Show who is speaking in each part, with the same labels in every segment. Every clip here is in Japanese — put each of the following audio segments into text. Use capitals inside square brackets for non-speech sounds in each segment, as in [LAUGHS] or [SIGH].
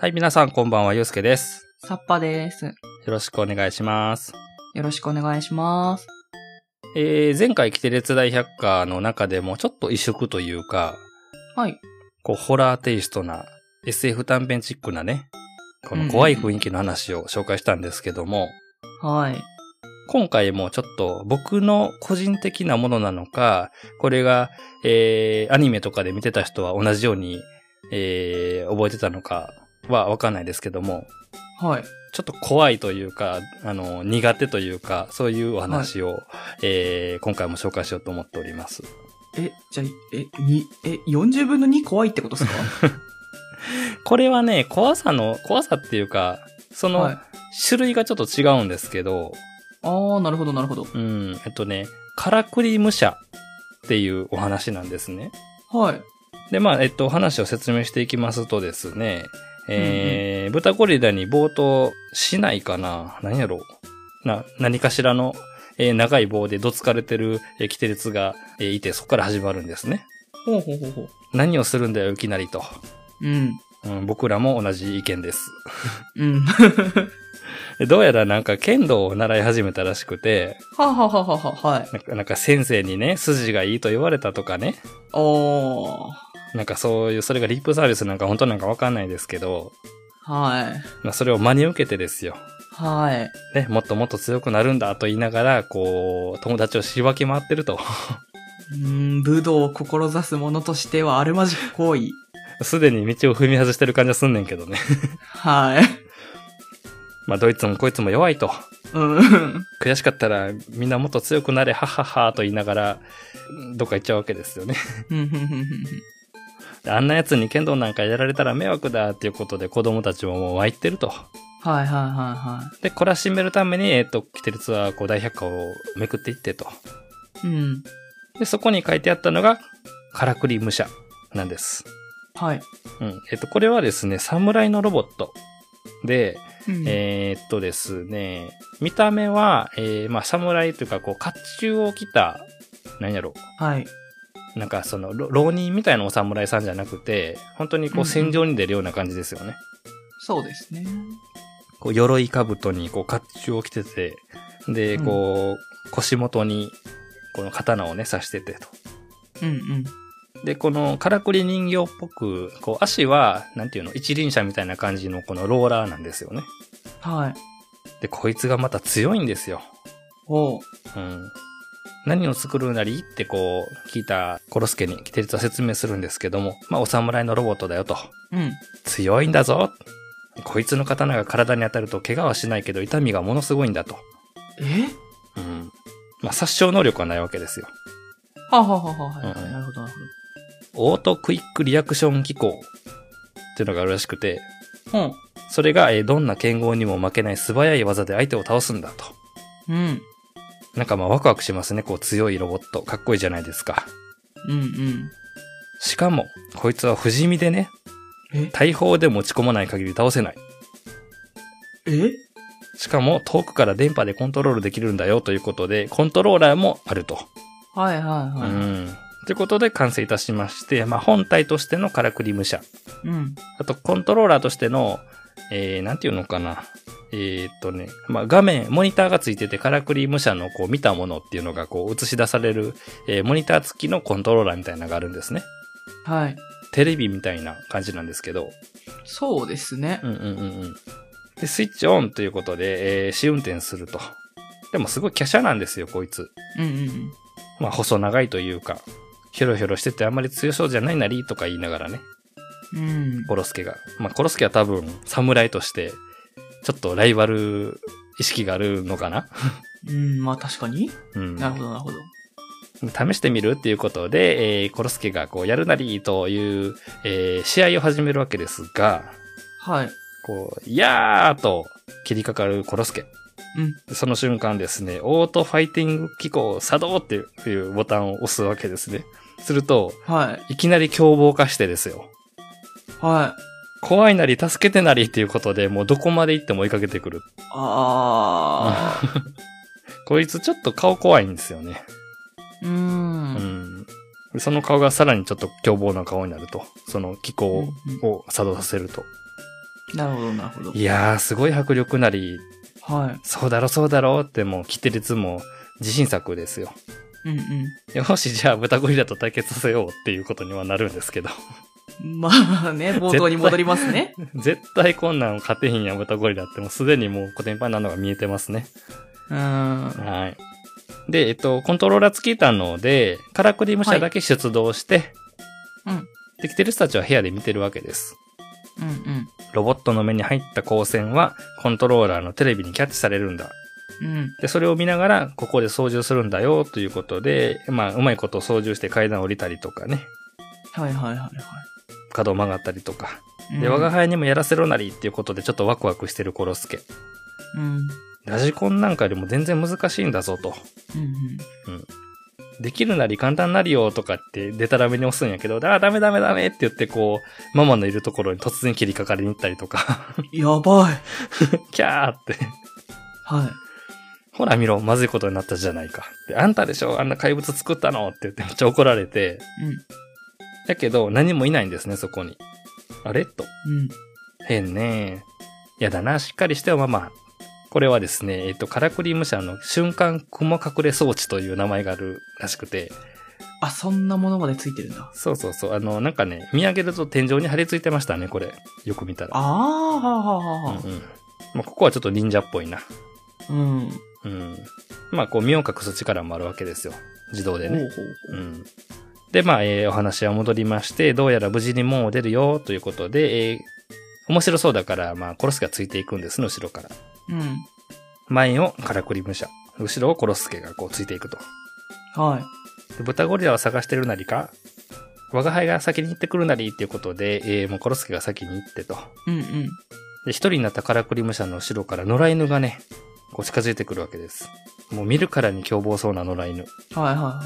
Speaker 1: はい、皆さんこんばんは、ゆうすけです。
Speaker 2: さっぱです。
Speaker 1: よろしくお願いします。
Speaker 2: よろしくお願いします。
Speaker 1: えー、前回来て列大百科の中でもちょっと異色というか、
Speaker 2: はい。
Speaker 1: こう、ホラーテイストな、SF 短編チックなね、この怖い雰囲気の話を紹介したんですけども、
Speaker 2: はい。
Speaker 1: 今回もちょっと僕の個人的なものなのか、これが、えー、アニメとかで見てた人は同じように、えー、覚えてたのかはわかんないですけども、
Speaker 2: はい。
Speaker 1: ちょっと怖いというか、あの、苦手というか、そういうお話を、えー今回も紹介しようと思っております。
Speaker 2: え、じゃあ、え、に、え、40分の2怖いってこと [LAUGHS] ですか
Speaker 1: これはね、怖さの、怖さっていうか、そ
Speaker 2: は
Speaker 1: の
Speaker 2: い。
Speaker 1: 種類がちょっと違うんですけど、
Speaker 2: あー、なるほど、なるほど。
Speaker 1: うん、えっとね、からくり武者っていうお話なんですね。
Speaker 2: はい。
Speaker 1: で、まあ、えっと、お話を説明していきますとですね、えー豚ゴリラに冒頭しないかな何やろうな、何かしらの、えー長い棒でどつかれてる、えー、キテレツが、えーいて、そこから始まるんですね。
Speaker 2: ほうほうほうほう。
Speaker 1: 何をするんだよ、いきなりと。
Speaker 2: うん。
Speaker 1: うん、僕らも同じ意見です。
Speaker 2: うん。 [LAUGHS] は
Speaker 1: でどうやらなんか剣道を習い始めたらしくて、
Speaker 2: あはあはあはあはあはい。
Speaker 1: なんかなんか先生にね、筋がいいと言われたとかね、
Speaker 2: おー。
Speaker 1: なんかそういう、それがリップサービスなんか本当なんかわかんないですけど、
Speaker 2: はい。
Speaker 1: まあそれを真に受けてですよ。
Speaker 2: はい。
Speaker 1: ね、もっともっと強くなるんだと言いながら、こう、友達をしばき回ってると。 [LAUGHS]
Speaker 2: うーん、武道を志す者としてはあるまじき行為。
Speaker 1: すでに道を踏み外してる感じはすんねんけどね。 [LAUGHS]
Speaker 2: はい。
Speaker 1: まあ、どいつもこいつも弱いと。
Speaker 2: うん。
Speaker 1: 悔しかったら、みんなもっと強くなれ、はっはっはと言いながら、どっか行っちゃうわけですよね。 [LAUGHS]
Speaker 2: ふんふんふんふん
Speaker 1: あんな奴に剣道なんかやられたら迷惑だっていうことで子供たちももう湧いてると。
Speaker 2: はいはいはいは
Speaker 1: で、懲らしめるために、えっ、と、キテルツはこう大百科をめくっていってと。
Speaker 2: い。うん。
Speaker 1: で、そこに書いてあったのが、からくり武者なんです。
Speaker 2: はい。
Speaker 1: うん。えっと、これはですね、侍のロボット。で、
Speaker 2: うん
Speaker 1: えーっとですね、見た目は、えーまあ、侍というか、こう、甲冑を着た、何やろ
Speaker 2: はい。
Speaker 1: なんか、その、ろ浪人みたいなお侍さんじゃなくて、本当に
Speaker 2: うん
Speaker 1: こう、
Speaker 2: うん
Speaker 1: 戦場に出るような感じですよね。
Speaker 2: そうですね。
Speaker 1: こう、鎧兜に、こう、甲冑を着てて、で、
Speaker 2: うん
Speaker 1: こう、腰元に、この刀をね、刺しててと。
Speaker 2: うんうん。
Speaker 1: で、この、からくり人形っぽく、こう、足は、なんていうの、一輪車みたいな感じの、このローラーなんですよね。
Speaker 2: はい。
Speaker 1: で、こいつがまた強いんですよ。
Speaker 2: おう。
Speaker 1: うん。何を作るなりってこう、聞いたコロスケにキテレツは説明するんですけども、まあ、お侍のロボットだよと。
Speaker 2: うん。
Speaker 1: 強いんだぞこいつの刀が体に当たると怪我はしないけど痛みがものすごいんだと。
Speaker 2: え
Speaker 1: うん。まあ、殺傷能力はないわけですよ。
Speaker 2: はあ、はあはあはあ、
Speaker 1: うんうん
Speaker 2: なるほど、なる
Speaker 1: オートクイックリアクション機構っていうのがあるらしくて、
Speaker 2: ほど。
Speaker 1: それが、えーどんな剣豪にも負けない素早い技で相手を倒すんだと。
Speaker 2: うん。うん。
Speaker 1: なんかまあワクワクしますね。こう強いロボット。かっこいいじゃないですか。
Speaker 2: うんうん。
Speaker 1: しかも、こいつは不死身でね、
Speaker 2: え
Speaker 1: 大砲で持ち込まない限り倒せない。
Speaker 2: え
Speaker 1: しかも、遠くから電波でコントロールできるんだよということで、コントローラーもあると。
Speaker 2: はいはいうは
Speaker 1: ん。ということで完成いたしまして、まあ、本体としてのからくり武者。
Speaker 2: い。うん。
Speaker 1: あと、コントローラーとしての、えー、なんていうのかな。えー、っとね、まあ、画面、モニターがついてて、からくり武者のこう見たものっていうのがこう映し出される、えーモニター付きのコントローラーみたいなのがあるんですね。
Speaker 2: はい。
Speaker 1: テレビみたいな感じなんですけど、
Speaker 2: そうですね
Speaker 1: う。んうんうんうん。で、スイッチオンということで、えー試運転すると。でもすごい華奢なんですよ、こいつ。
Speaker 2: うんうん
Speaker 1: まあ、細長いというか、ひょろひょろしててあんまり強そうじゃないなりとか言いながらね、
Speaker 2: うん。うん。
Speaker 1: コロスケが。まあ、コロスケは多分、侍として、ちょっとライバル意識があるのかな
Speaker 2: うん、まあ確かに。
Speaker 1: うん。
Speaker 2: なるほど、なるほど。
Speaker 1: 試してみるっていうことで、えーコロスケがこう、やるなりという、えー試合を始めるわけですが、
Speaker 2: はい。
Speaker 1: こう、いやーと切りかかるコロスケ。
Speaker 2: うん。
Speaker 1: その瞬間ですね、オートファイティング機構作動っていういうボタンを押すわけですね。すると、
Speaker 2: はい。
Speaker 1: いきなり凶暴化してですよ。
Speaker 2: はい。
Speaker 1: 怖いなり、助けてなりっていうことで、もうどこまで行っても追いかけてくる。
Speaker 2: あー。
Speaker 1: こいつちょっと顔怖いんですよね。
Speaker 2: [LAUGHS] うー。
Speaker 1: うんん。その顔がさらにちょっと凶暴な顔になると。その機構
Speaker 2: うんうん
Speaker 1: を作動させると。
Speaker 2: なるほど、なるほど。
Speaker 1: いやー、すごい迫力なり、
Speaker 2: は
Speaker 1: そうだろ、そうだろってもう、キテレツも自信作ですよ。
Speaker 2: い。うんうん。
Speaker 1: よし、じゃあ、豚ゴリラと対決させようっていうことにはなるんですけど。
Speaker 2: まあね、冒頭に戻りますね。
Speaker 1: 絶対こんなん勝てへんやん、豚ゴリラって、もうすでにもうコテンパンなのが見えてますね。
Speaker 2: うーん。
Speaker 1: はい。で、えっと、コントローラー付きたので、カラクリ武者だけ出動して、
Speaker 2: うん。
Speaker 1: できてる人たちは部屋で見てるわけです。
Speaker 2: うんうん。
Speaker 1: ロボットの目に入った光線は、コントローラーのテレビにキャッチされるんだ。
Speaker 2: うん。
Speaker 1: で、それを見ながら、ここで操縦するんだよ、ということで、まあ、うまいこと操縦して階段降りたりとかね、
Speaker 2: はいはいはいは
Speaker 1: 角を曲がったりとか。
Speaker 2: い。うん
Speaker 1: で、我が輩にもやらせろなりっていうことで、ちょっとワクワクしてるコロスケ。
Speaker 2: うん。うん
Speaker 1: ラジコンなんかよりも全然難しいんだぞと。
Speaker 2: うん。
Speaker 1: できるなり簡単なりよとかってデタラメに押すんやけど、あーダメダメダメって言ってこう、ママのいるところに突然切りかかりに行ったりとか、 [LAUGHS]
Speaker 2: やばい。
Speaker 1: キャーって、
Speaker 2: はい。
Speaker 1: ほら見ろ、まずいことになったじゃないか。であんたでしょあんな怪物作ったのって言ってめっちゃ怒られて、だけど何もいないんですね、そこに。あれと。
Speaker 2: うん。うん。
Speaker 1: 変ねやだな、しっかりしてよ、ママ。これはですね、えっと、カラクリ武者の瞬間雲隠れ装置という名前があるらしくて、
Speaker 2: あ、そんなものまでついてるんだ。
Speaker 1: そうそうそう。あの、なんかね、見上げると天井に張り付いてましたね、これ。よく見たら。
Speaker 2: ああ、はあはあはあは
Speaker 1: うんうん。まあ、ここはちょっと忍者っぽいな。
Speaker 2: あ。うん。
Speaker 1: うん。まあ、こう、身を隠す力もあるわけですよ。自動で
Speaker 2: ほうほ
Speaker 1: ね。
Speaker 2: うほ
Speaker 1: う
Speaker 2: う。
Speaker 1: ん。で、まあ、えーお話は戻りまして、どうやら無事に門を出るよ、ということで、えー面白そうだから、まあ、コロスケがついていくんですね、後ろから。
Speaker 2: うん。
Speaker 1: 前をカラクリ武者。後ろをコロスケがこうついていくと。
Speaker 2: はい。
Speaker 1: で豚ゴリラを探してるなりか、我が輩が先に行ってくるなりっていうことで、えーもうコロスケが先に行ってと。
Speaker 2: うんうん。
Speaker 1: で、一人になったカラクリ武者の後ろから野良犬がね、こう近づいてくるわけです。もう見るからに凶暴そうな野良犬。
Speaker 2: はいはいは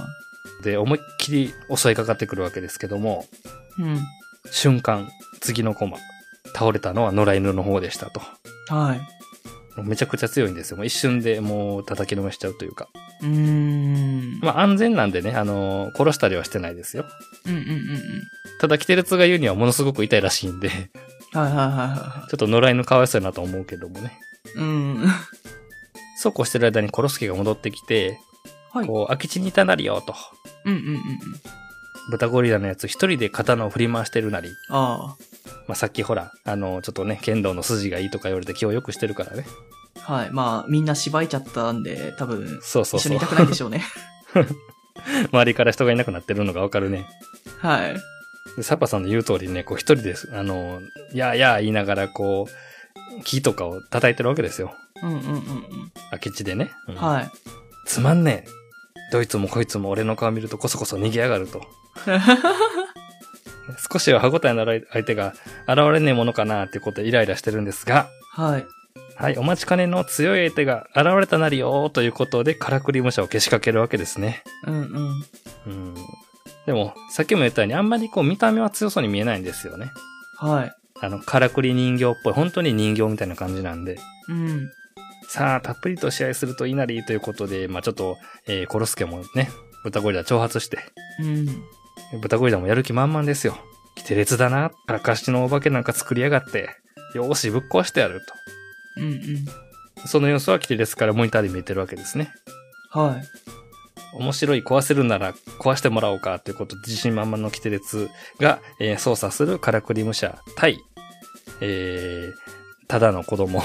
Speaker 1: で、思いっきり襲いかかってくるわけですけども、
Speaker 2: い。うん。
Speaker 1: 瞬間、次のコマ、倒れたのは野良犬の方でしたと。
Speaker 2: はい。
Speaker 1: もうめちゃくちゃ強いんですよ。もう一瞬でもう叩きのめしちゃうというか。
Speaker 2: うーん。
Speaker 1: まあ安全なんでね、あのー殺したりはしてないですよ。
Speaker 2: うんうんうんうん。
Speaker 1: ただ、キテレツが言うにはものすごく痛いらしいんで、 [LAUGHS]
Speaker 2: はいはいはいは
Speaker 1: ちょっと野良犬かわいそうやなと思うけどもね。
Speaker 2: い。うん。
Speaker 1: そうこうしてる間にコロスケが戻ってきて、
Speaker 2: はい。
Speaker 1: こう、空き地にいたなりよと。
Speaker 2: うんうんうんうん。
Speaker 1: 豚ゴリラのやつ一人で刀を振り回してるなり、
Speaker 2: あ
Speaker 1: まあ、さっきほら、あの、ちょっとね、剣道の筋がいいとか言われて気を良くしてるからね。
Speaker 2: あ。はい。まあ、みんな芝居ちゃったんで、多分、
Speaker 1: そうそう
Speaker 2: 一緒
Speaker 1: そ
Speaker 2: に
Speaker 1: う
Speaker 2: いた。くないでしょ
Speaker 1: [LAUGHS]
Speaker 2: うね。
Speaker 1: 周りから人がいなくなってるのがわかるね。
Speaker 2: はい。
Speaker 1: で、サッパさんの言う通りね、こう一人です。あの、やあやあ言いながら、こう、木とかを叩いてるわけですよ。
Speaker 2: うんうんうんうん。
Speaker 1: 空き地でね。うん
Speaker 2: はい。
Speaker 1: つまんねえ。どいつもこいつも俺の顔見るとこそこそ逃げやがると。少しは歯応えのある相手が現れねえものかなってことでイライラしてるんですが、
Speaker 2: [LAUGHS] はい。
Speaker 1: はい、お待ちかねの強い相手が現れたなりよーということで、カラクリ武者をけしかけるわけですね。
Speaker 2: うんうん。
Speaker 1: うん。でも、さっきも言ったように、あんまりこう見た目は強そうに見えないんですよね。
Speaker 2: はい。
Speaker 1: あの、カラクリ人形っぽい、本当に人形みたいな感じなんで。
Speaker 2: うん。
Speaker 1: さあ、たっぷりと試合するといいなりということで、まあちょっと、えー、コロスケもね、豚ゴリラ挑発して、
Speaker 2: うん。
Speaker 1: 豚ゴリラもやる気満々ですよ。キテレツだな。からかしのお化けなんか作りやがって。よーし、ぶっ壊してやる
Speaker 2: うんうん。
Speaker 1: と。その様子はキテレツからモニターで見えてるわけですね。
Speaker 2: はい。
Speaker 1: 面白い、壊せるなら壊してもらおうかということで、自信満々のキテレツが、えー操作するカラクリ武者対、えー、ただの子供。 [LAUGHS]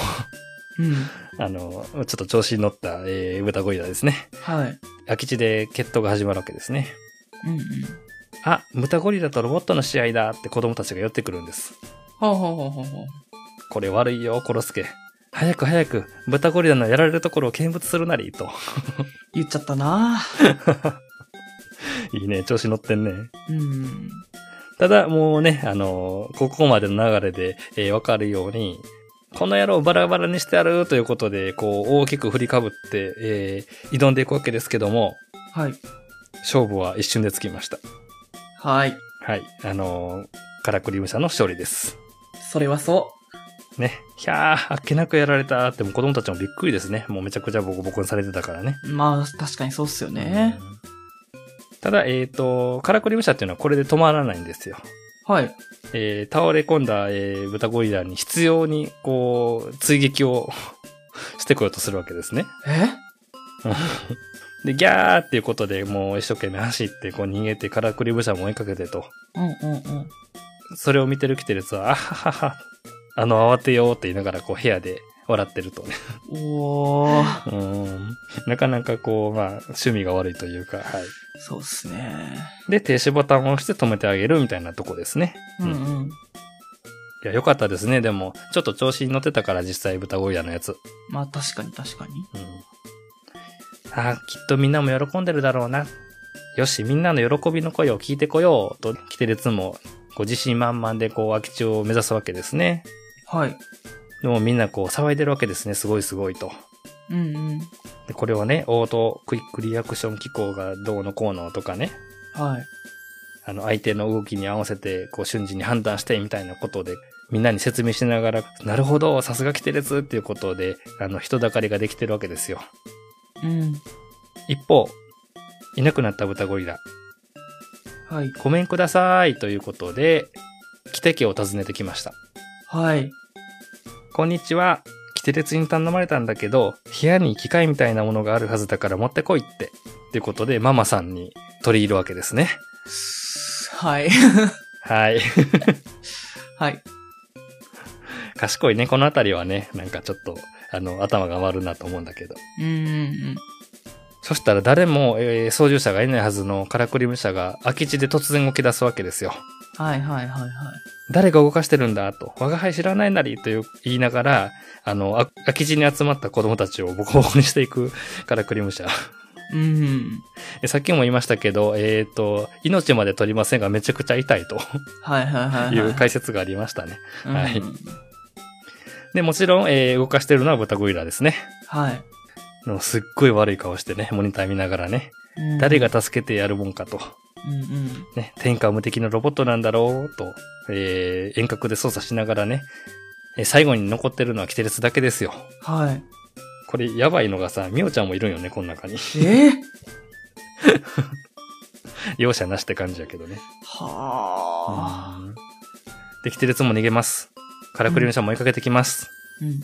Speaker 2: うん。
Speaker 1: あの、ちょっと調子に乗った、えー、豚ゴリラですね。
Speaker 2: はい。
Speaker 1: 空き地で決闘が始まるわけですね。
Speaker 2: うんうん。
Speaker 1: あ、豚ゴリラとロボットの試合だって子供たちが寄ってくるんです。
Speaker 2: ほうほうほうほうほう。
Speaker 1: これ悪いよ、コロスケ。早く早く、豚ゴリラのやられるところを見物するなり、と。 [LAUGHS]
Speaker 2: 言っちゃったない
Speaker 1: いね、調子乗ってんね。
Speaker 2: うん。
Speaker 1: ただ、もうね、あのーここまでの流れで、えーわかるように、この野郎バラバラにしてやるということで、こう、大きく振りかぶって、えー挑んでいくわけですけども、
Speaker 2: はい。
Speaker 1: 勝負は一瞬でつきました。
Speaker 2: はい。
Speaker 1: はい。あのーカラクリ武者の勝利です。
Speaker 2: それはそ
Speaker 1: ね。ひゃー、あっけなくやられたって、もう子供たちもびっくりですね。もうめちゃくちゃボコボコにされてたからね。
Speaker 2: う。まあ、確かにそうっすよね。
Speaker 1: うんただ、えっ、と、カラクリ武者っていうのはこれで止まらないんですよ。
Speaker 2: はい。
Speaker 1: えー倒れ込んだ、えー豚ゴリラに必要に、こう、追撃を [LAUGHS] してこようとするわけですね。
Speaker 2: え
Speaker 1: で、ギャーっていうことでもう一生懸命走って、こう逃げて、カラクリブシャも追いかけてと。
Speaker 2: うんうんうん。
Speaker 1: それを見てるキテレツは、あははは、あの、慌てようって言いながら、こう、部屋で笑ってると [LAUGHS] ね。
Speaker 2: おー、
Speaker 1: うーん。なかなかこう、まあ、趣味が悪いというか、はい。
Speaker 2: そうっすね。
Speaker 1: で、停止ボタンを押して止めてあげるみたいなとこですね。
Speaker 2: うんうん。
Speaker 1: いや、良かったですね。でも、ちょっと調子に乗ってたから、実際豚ゴリラのやつ。
Speaker 2: まあ確かに確かに。
Speaker 1: うん。あーきっとみんなも喜んでるだろうな。よし、みんなの喜びの声を聞いてこようと、キテレツも、こう、自信満々で、こう、空き地を目指すわけですね。
Speaker 2: はい。
Speaker 1: でもみんなこう、騒いでるわけですね。すごいすごいと。
Speaker 2: うんうん。
Speaker 1: でこれをね、オートクイックリアクション機構がどうのこうのとかね、
Speaker 2: はい。
Speaker 1: あの、相手の動きに合わせて、こう、瞬時に判断して、みたいなことで、みんなに説明しながら、なるほど、さすがキテレツっていうことで、あの、人だかりができてるわけですよ。
Speaker 2: うん。
Speaker 1: 一方、いなくなった豚ゴリラ、
Speaker 2: はい。
Speaker 1: ごめんくださいということで、キテ家を訪ねてきました。
Speaker 2: はい。
Speaker 1: こんにちは。キテレツに頼まれたんだけど、部屋に機械みたいなものがあるはずだから持ってこいって。ということで、ママさんに取り入るわけですね。
Speaker 2: すはい。
Speaker 1: はい。
Speaker 2: はい。
Speaker 1: 賢いね、このあたりはね、なんかちょっと、あの、頭が回るなと思うんだけど。
Speaker 2: うんうん
Speaker 1: そしたら誰も、えー操縦者がいないはずのカラクリム車が空き地で突然動き出すわけですよ。
Speaker 2: うん。はいはいはいはい。
Speaker 1: 誰が動かしてるんだと、我が輩知らないなりという言いながら、あの、あ空き地に集まった子供たちをボコボコにしていくカラクリム車。
Speaker 2: うんうん。
Speaker 1: [LAUGHS] えさっきも言いましたけど、えっ、と、命まで取りませんがめちゃくちゃ痛いと
Speaker 2: はいはいはい、はい。
Speaker 1: いう解説がありましたね。
Speaker 2: うん
Speaker 1: はいで、もちろん、えー動かしてるのは豚ゴリラですね。
Speaker 2: はい。
Speaker 1: のすっごい悪い顔してね、モニター見ながらね、
Speaker 2: うん
Speaker 1: 誰が助けてやるもんかと。
Speaker 2: うんうん。
Speaker 1: ね、天下無敵のロボットなんだろうと、えー遠隔で操作しながらね、えー最後に残ってるのはキテレツだけですよ。
Speaker 2: はい。
Speaker 1: これやばいのがさ、ミオちゃんもいるんよね、この中に。 [LAUGHS]
Speaker 2: えー、
Speaker 1: 容赦なしって感じやけどね。
Speaker 2: はあ。
Speaker 1: で、キテレツも逃げます。カラクリムシャも追いかけてきます。
Speaker 2: うん。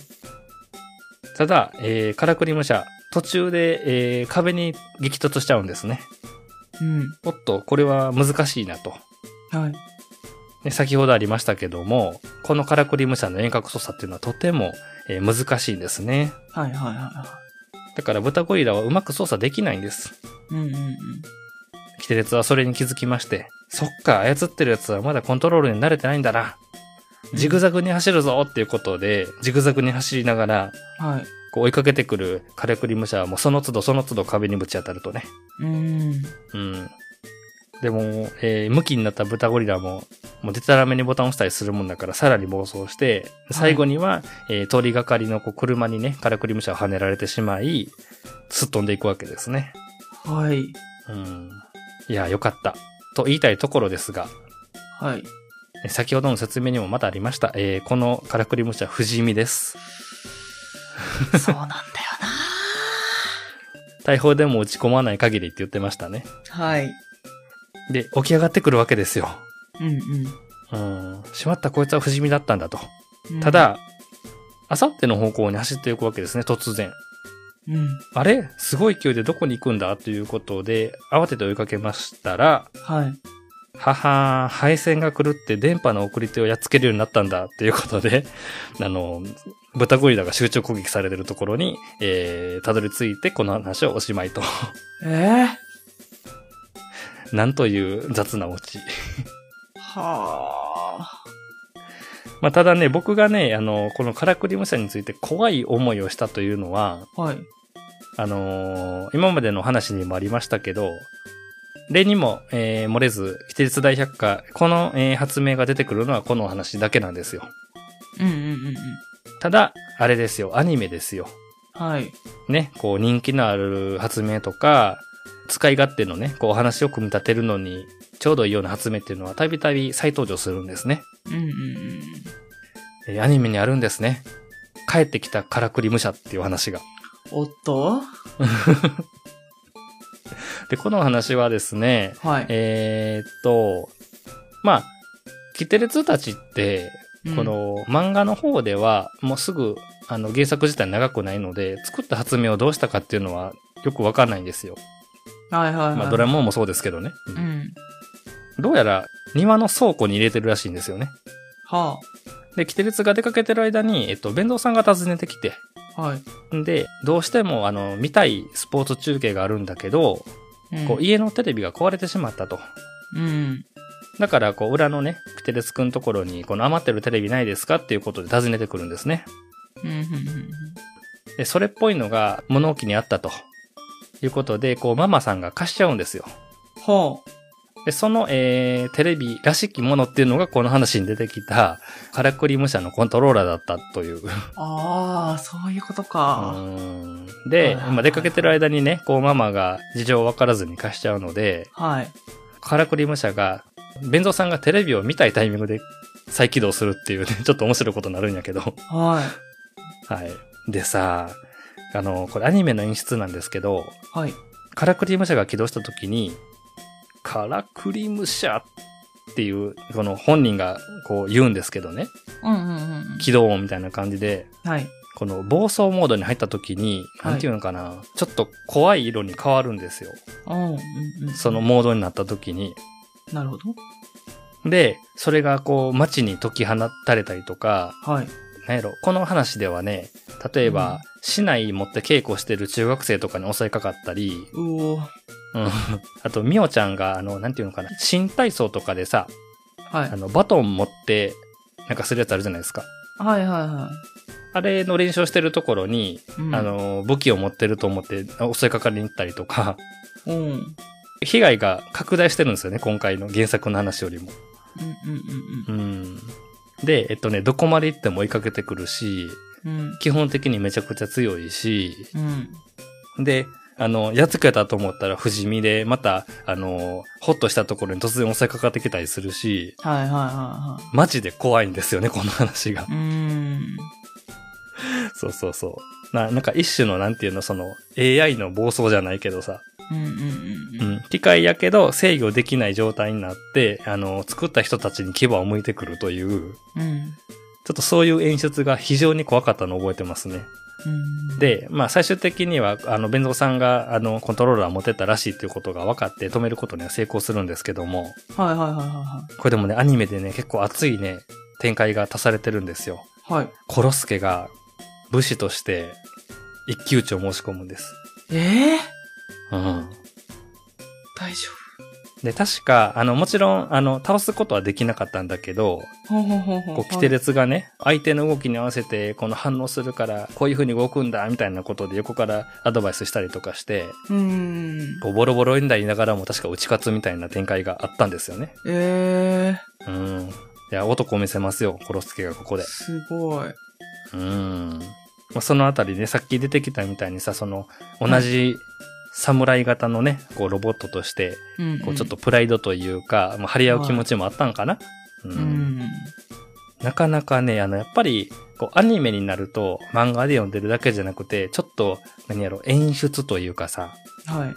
Speaker 1: ただ、えーカラクリムシャ、途中で、えー壁に激突しちゃうんですね。
Speaker 2: うん。
Speaker 1: おっと、これは難しいなと。
Speaker 2: はい。
Speaker 1: ね先ほどありましたけども、このカラクリムシャの遠隔操作っていうのはとても、えー難しいんですね。
Speaker 2: はいはいはいは
Speaker 1: だから豚ゴリラはうまく操作できないんです。
Speaker 2: い。うんうんうん。
Speaker 1: キテレツはそれに気づきまして、そっか、操ってるやつはまだコントロールに慣れてないんだな。ジグザグに走るぞっていうことで、ジグザグに走りながら、
Speaker 2: はい。
Speaker 1: こう追いかけてくるカラクリムシャはもうその都度その都度壁にぶち当たるとね。
Speaker 2: うん。
Speaker 1: うん。でも、えー、向きになった豚ゴリラも、もうデタラメにボタンを押したりするもんだから、さらに暴走して、最後には、えー通りがかりのこう車にね、カラクリムシャをはねられてしまい、すっ飛んでいくわけですね。
Speaker 2: はい。
Speaker 1: うん。いや、よかった。と言いたいところですが、
Speaker 2: はい。
Speaker 1: え先ほどの説明にもまたありました。えーこのカラクリムシは不死身です。
Speaker 2: そうなんだよ
Speaker 1: 大砲でも打ち込まない限りって言ってましたね。
Speaker 2: な。はい。
Speaker 1: で、起き上がってくるわけですよ。
Speaker 2: う
Speaker 1: う
Speaker 2: ん
Speaker 1: ん。しまったこいつは不死身だったんだと。
Speaker 2: うん。
Speaker 1: た、だ、あさっての方向に走っていくわけですね、突然。
Speaker 2: うん。
Speaker 1: あれすごい勢いでどこに行くんだということで、慌てて追いかけましたら、
Speaker 2: はい。
Speaker 1: ははーん、配線が狂って電波の送り手をやっつけるようになったんだっていうことで、 [LAUGHS] あの、豚ゴリラが集中攻撃されてるところに、えー、たどり着いてこの話はおしまいと。 [LAUGHS]
Speaker 2: えー、
Speaker 1: なんという雑なオチ。
Speaker 2: はあ。
Speaker 1: まあ、ただね、僕がね、あの、このカラクリムシャについて怖い思いをしたというのは、
Speaker 2: はい。
Speaker 1: あのー今までの話にもありましたけど、例にも、えー漏れず、キテレツ大百科、この、えー発明が出てくるのはこのお話だけなんですよ。
Speaker 2: うんうんうんうん。
Speaker 1: ただ、あれですよ、アニメですよ。
Speaker 2: はい。
Speaker 1: ね、こう人気のある発明とか、使い勝手のね、こうお話を組み立てるのに、ちょうどいいような発明っていうのはたびたび再登場するんですね。
Speaker 2: うんうんうん。
Speaker 1: えーアニメにあるんですね。帰ってきたカラクリ武者っていう話が。
Speaker 2: おっと
Speaker 1: で、このお話はですね、
Speaker 2: はい。
Speaker 1: えーっと、まあ、キテレツたちって、
Speaker 2: うん
Speaker 1: こ、の漫画の方ではもうすぐあの原作自体長くないので作った発明をどうしたかっていうのはよくわかんないんですよ。
Speaker 2: はいはいはい。
Speaker 1: まあドラえもんもそうですけどね。うん
Speaker 2: うん。
Speaker 1: どうやら庭の倉庫に入れてるらしいんですよね。
Speaker 2: は
Speaker 1: で、キテレツが出かけてる間に、えっと、弁当さんが訪ねてきて、
Speaker 2: あ、はい。
Speaker 1: んで、どうしてもあの見たいスポーツ中継があるんだけど、
Speaker 2: うん
Speaker 1: こう家のテレビが壊れてしまったと。
Speaker 2: うん。
Speaker 1: だから、こう、裏のね、キテレツくんところに、この余ってるテレビないですかっていうことで尋ねてくるんですね。
Speaker 2: うん。うん
Speaker 1: で、それっぽいのが物置にあったと。いうことで、こう、ママさんが貸しちゃうんですよ。
Speaker 2: は
Speaker 1: で、その、えー、テレビらしきものっていうのが、この話に出てきた、カラクリ武者のコントローラーだったという。う
Speaker 2: あ。ああ、そういうことか。
Speaker 1: ーんで、
Speaker 2: あー
Speaker 1: まあ、出かけてる間にね、こう、ママが事情わからずに貸しちゃうので、
Speaker 2: はい。
Speaker 1: カラクリ武者が、弁蔵さんがテレビを見たいタイミングで再起動するっていうね、 [LAUGHS] ちょっと面白いことになるんやけど。
Speaker 2: はい。
Speaker 1: はい。でさ、あの、これアニメの演出なんですけど、
Speaker 2: はい。
Speaker 1: カラクリ武者が起動した時に、カラクリ武者っていう、この本人がこう言うんですけどね、
Speaker 2: うんうんうんうん。
Speaker 1: 起動音みたいな感じで、
Speaker 2: はい。
Speaker 1: この暴走モードに入った時に、
Speaker 2: はい
Speaker 1: なんていうのかな、ちょっと怖い色に変わるんですよ。
Speaker 2: うんうんうん。
Speaker 1: その。モードになった時に。
Speaker 2: なるほど。
Speaker 1: で、それがこう街に解き放たれたりとか、
Speaker 2: はい。
Speaker 1: なんやろ、この話ではね、例えば、
Speaker 2: うん
Speaker 1: 市内持って稽古してる中学生とかに襲いかかったり、
Speaker 2: うおー
Speaker 1: うん、 [LAUGHS] あと、みおちゃんが、あの、なんていうのかな、新体操とかでさ、
Speaker 2: はい
Speaker 1: あ。の、バトン持って、なんかするやつあるじゃないですか。
Speaker 2: はいはいは
Speaker 1: あれの練習をしてるところに、
Speaker 2: い。うん
Speaker 1: あ、の、武器を持ってると思って襲いかかりに行ったりとか、
Speaker 2: うん。うんうん
Speaker 1: 被害が拡大してるんですよね、今回の原作の話よりも。
Speaker 2: うん
Speaker 1: うん。で、えっとね、どこまで行っても追いかけてくるし、
Speaker 2: うん。うん。
Speaker 1: 基本的にめちゃくちゃ強いし、
Speaker 2: うん。
Speaker 1: で、あの、やっつけたと思ったら不死身で、また、あの、ほっとしたところに突然襲いかかってきたりするし、
Speaker 2: はいはいはいは
Speaker 1: マジで怖いんですよね、この話が [LAUGHS]
Speaker 2: い。。うーん。
Speaker 1: そうそうそう。な、なんか一種の、なんていうの、その、AI の暴走じゃないけどさ、
Speaker 2: うんうんうん
Speaker 1: う
Speaker 2: うん。
Speaker 1: ん、機械やけど制御できない状態になって、あの、作った人たちに牙を向いてくるという、
Speaker 2: うん。
Speaker 1: ちょっとそういう演出が非常に怖かったのを覚えてますね。
Speaker 2: うん、
Speaker 1: で、まあ最終的には、あの、弁蔵さんが、あの、コントローラー持ってたらしいっていうことが分かって止めることには成功するんですけども、
Speaker 2: はいはいはいは
Speaker 1: これでもね、アニメでね、結構熱いね、展開が足されてるんですよ。
Speaker 2: いはい。はい。
Speaker 1: コロスケが武士として一騎打ちを申し込むんです。
Speaker 2: ええ
Speaker 1: う
Speaker 2: ー、
Speaker 1: ん。
Speaker 2: 大丈
Speaker 1: で、確か、あの、もちろん、あの、倒すことはできなかったんだけど、
Speaker 2: 夫。ほうほうほうほう。
Speaker 1: こう、キテレツがね、相手の動きに合わせて、この反応するから、こういう風に動くんだ、みたいなことで横からアドバイスしたりとかして、
Speaker 2: うーん。
Speaker 1: こう、ボロボロになりながらも確か打ち勝つみたいな展開があったんですよね。
Speaker 2: え
Speaker 1: う
Speaker 2: え
Speaker 1: ん。いや、男を見せますよ、コロスケがここ
Speaker 2: ー、
Speaker 1: で。
Speaker 2: すごい。
Speaker 1: うん。まあ、そのあたりね、さっき出てきたみたいにさ、その、同じ侍型のね、こう、ロボットとして、
Speaker 2: うん、うん。
Speaker 1: こう、ちょっとプライドというか、まあ、張り合う気持ちもあったんかな。う。
Speaker 2: うんん。
Speaker 1: なかなかね、あの、やっぱり、こう、アニメになると、漫画で読んでるだけじゃなくて、ちょっと、何やろ、演出というかさ、
Speaker 2: はい。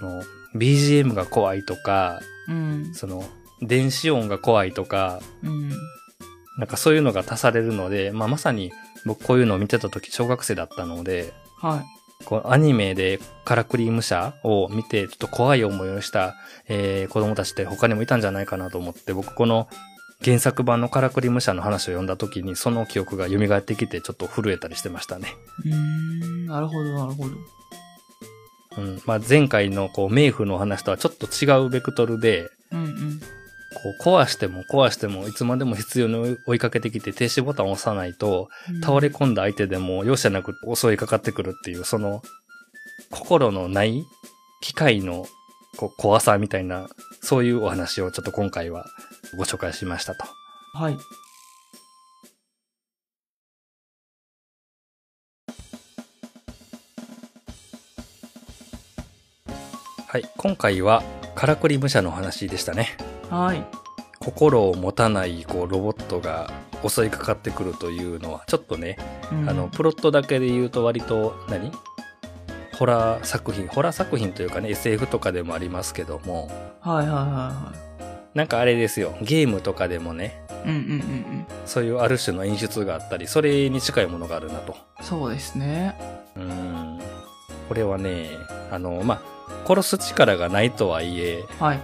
Speaker 1: この、BGM が怖いとか、
Speaker 2: うん。
Speaker 1: その、電子音が怖いとか、
Speaker 2: うん。
Speaker 1: なんかそういうのが足されるので、まあ、まさに、僕こういうのを見てた時、小学生だったので、
Speaker 2: はい。
Speaker 1: こうアニメでカラクリ武者を見て、ちょっと怖い思いをした、えー子供たちって他にもいたんじゃないかなと思って、僕この原作版のカラクリ武者の話を読んだ時に、その記憶が蘇ってきて、ちょっと震えたりしてましたね。
Speaker 2: うーん。なるほど、なるほど。
Speaker 1: うん。まあ、前回のこう、冥府の話とはちょっと違うベクトルで、
Speaker 2: うんうん。
Speaker 1: こう、壊しても壊しても、いつまでも必要に追いかけてきて、停止ボタンを押さないと、倒れ込んだ相手でも容赦なく襲いかかってくるっていう、その、心のない機械のこう怖さみたいな、そういうお話をちょっと今回はご紹介しましたと。
Speaker 2: はい。
Speaker 1: はい、今回はカラクリ武者の話でしたね。
Speaker 2: はい。
Speaker 1: 心を持たないこうロボットが襲いかかってくるというのは、ちょっとね、
Speaker 2: うん
Speaker 1: あの、プロットだけで言うと割と何、ホラー作品、ホラー作品というかね、SF とかでもありますけども、
Speaker 2: はいはいは
Speaker 1: なんかあれですよ、ゲームとかでもね、
Speaker 2: うんうんうんうん。
Speaker 1: そういうある種の演出があったり、それに近いものがあるなと。
Speaker 2: そうですね。
Speaker 1: うん。これはね、あの、まあ、殺す力がないとはいえ、
Speaker 2: はい。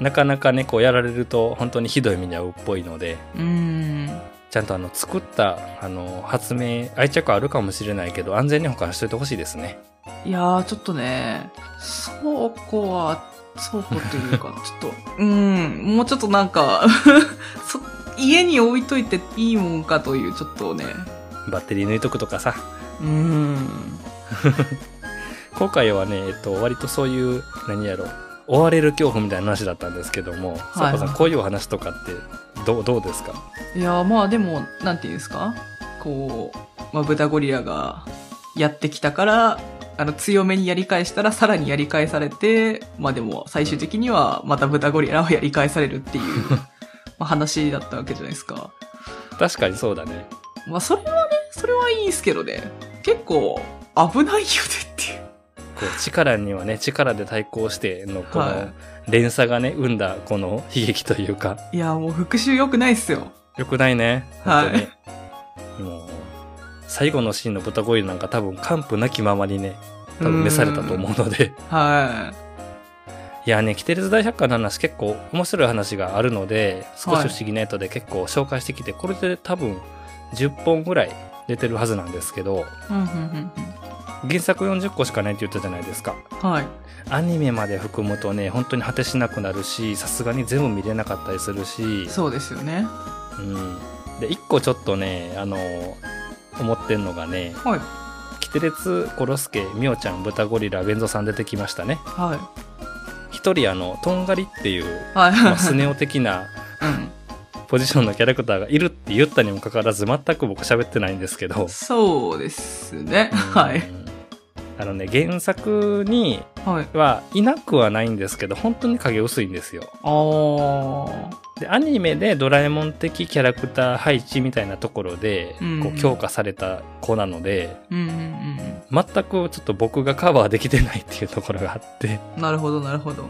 Speaker 1: なかなかね、こうやられると本当にひどい目に遭うっぽいので、
Speaker 2: うーん。
Speaker 1: ちゃんとあの、作った、あの、発明、愛着あるかもしれないけど、安全に保管しといてほしいですね。
Speaker 2: いやー、ちょっとね、倉庫は、倉庫という [LAUGHS] か、ちょっと、うーん、もうちょっとなんか [LAUGHS] そ、家に置いといていいもんかという、ちょっとね、
Speaker 1: バッテリー抜いとくとかさ。
Speaker 2: うーん。
Speaker 1: 今回はね、えっと、割とそういう、何やろ、追われる恐怖みたいな話だったんですけども、
Speaker 2: いは
Speaker 1: サ
Speaker 2: い
Speaker 1: コさん、こういうお話とかって、どう、どうですか
Speaker 2: いやーまあでも、なんていうんですかこう、まあ、豚ゴリラがやってきたから、あの、強めにやり返したらさらにやり返されて、まあでも最終的にはまた豚ゴリラをやり返されるっていう、
Speaker 1: [LAUGHS]
Speaker 2: まあ話だったわけじゃないですか。
Speaker 1: 確かにそうだね。
Speaker 2: まあそれはね、それはいいんすけどね。結構危ないよねっていう。
Speaker 1: こう、力にはね、力で対抗しての、こ
Speaker 2: は
Speaker 1: の、連鎖がね、生んだ、この悲劇というか、
Speaker 2: いやーもう復讐良くないっすよ。
Speaker 1: よくないね。
Speaker 2: はい
Speaker 1: 本当に。もう、最後のシーンの豚ゴリラなんか多分、完膚なきままにね、多分召されたと思うので。
Speaker 2: はい。
Speaker 1: いやね、キテレツ大百科の話結構面白い話があるので、少
Speaker 2: は
Speaker 1: し
Speaker 2: い
Speaker 1: 不思議なトで結構紹介してきて、これで多分10本ぐらい出てるはずなんですけど、
Speaker 2: うんうんうん
Speaker 1: 原作40個しかないって言ったじゃないですか。
Speaker 2: うん。はい。
Speaker 1: アニメまで含むとね、本当に果てしなくなるし、さすがに全部見れなかったりするし、
Speaker 2: そうですよね。
Speaker 1: うん。で、1個ちょっとね、あの、思ってんのがね、
Speaker 2: はい。
Speaker 1: キテレツ、コロスケ、ミオちゃん、ブタゴリラ、ベンゾさん出てきましたね。
Speaker 2: はい。
Speaker 1: 一人あの、とんがりっていう、
Speaker 2: はい。 [LAUGHS]
Speaker 1: まあ、スネ夫的な、
Speaker 2: うん。
Speaker 1: ポジションのキャラクターがいるって言ったにもかかわらず全く僕喋ってないんですけど。
Speaker 2: そうですね。 [LAUGHS] はい。
Speaker 1: うん。あのね、原作に
Speaker 2: はい。
Speaker 1: はいなくはないんですけど、本当に影薄いんですよ。
Speaker 2: あー。
Speaker 1: で、アニメでドラえもん的キャラクター配置みたいなところで、
Speaker 2: うん
Speaker 1: こう強化された子なので、
Speaker 2: うんうん
Speaker 1: 全くちょっと僕がカバーできてないっていうところがあって、 [LAUGHS]
Speaker 2: うん。なるほど、なるほど。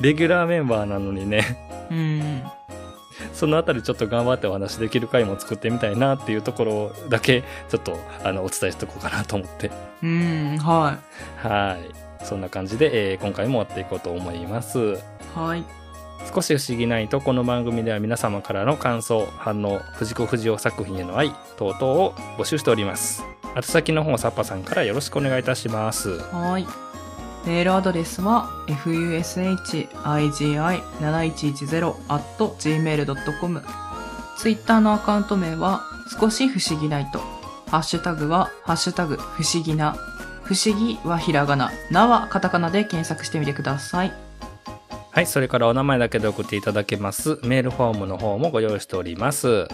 Speaker 1: レギュラーメンバーなのにね、 [LAUGHS]
Speaker 2: うん。
Speaker 1: そのあたりちょっと頑張ってお話できる回も作ってみたいなっていうところだけ、ちょっとあのお伝えしとこうかなと思って。
Speaker 2: うん、は
Speaker 1: はい。そんな感じで、えー今回も終わっていこうと思います。
Speaker 2: い。はい。
Speaker 1: 少し不思議ないと、この番組では皆様からの感想、反応、藤子不二雄作品への愛等々を募集しております。あと先の方、サッパさんからよろしくお願いいたします。
Speaker 2: はい。メールアドレスは fushigi7110.gmail.com ツイッターのアカウント名は少し不思議ないと。ハッシュタグはハッシュタグ不思議な。不思議はひらがな。なはカタカナで検索してみてください。
Speaker 1: はい、それからお名前だけで送っていただけます。メールフォームの方もご用意しております。エ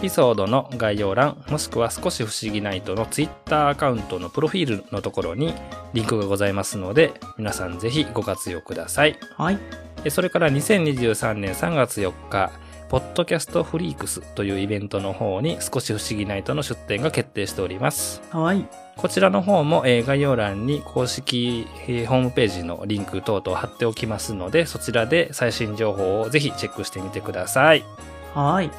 Speaker 1: ピソードの概要欄、もしくは少し不思議ナイトの Twitter アカウントのプロフィールのところにリンクがございますので、皆さんぜひご活用ください。
Speaker 2: はい。
Speaker 1: えそれから2023年3月4日、ポッドキャストフリークスというイベントの方に少し不思議ナイトの出展が決定しております。
Speaker 2: はい。
Speaker 1: こちらの方も、えー概要欄に公式、えーホームページのリンク等々貼っておきますので、そちらで最新情報をぜひチェックしてみてください。
Speaker 2: はい。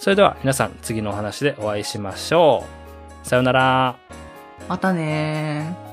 Speaker 1: それでは皆さん次のお話でお会いしましょう。さようなら。
Speaker 2: またねー。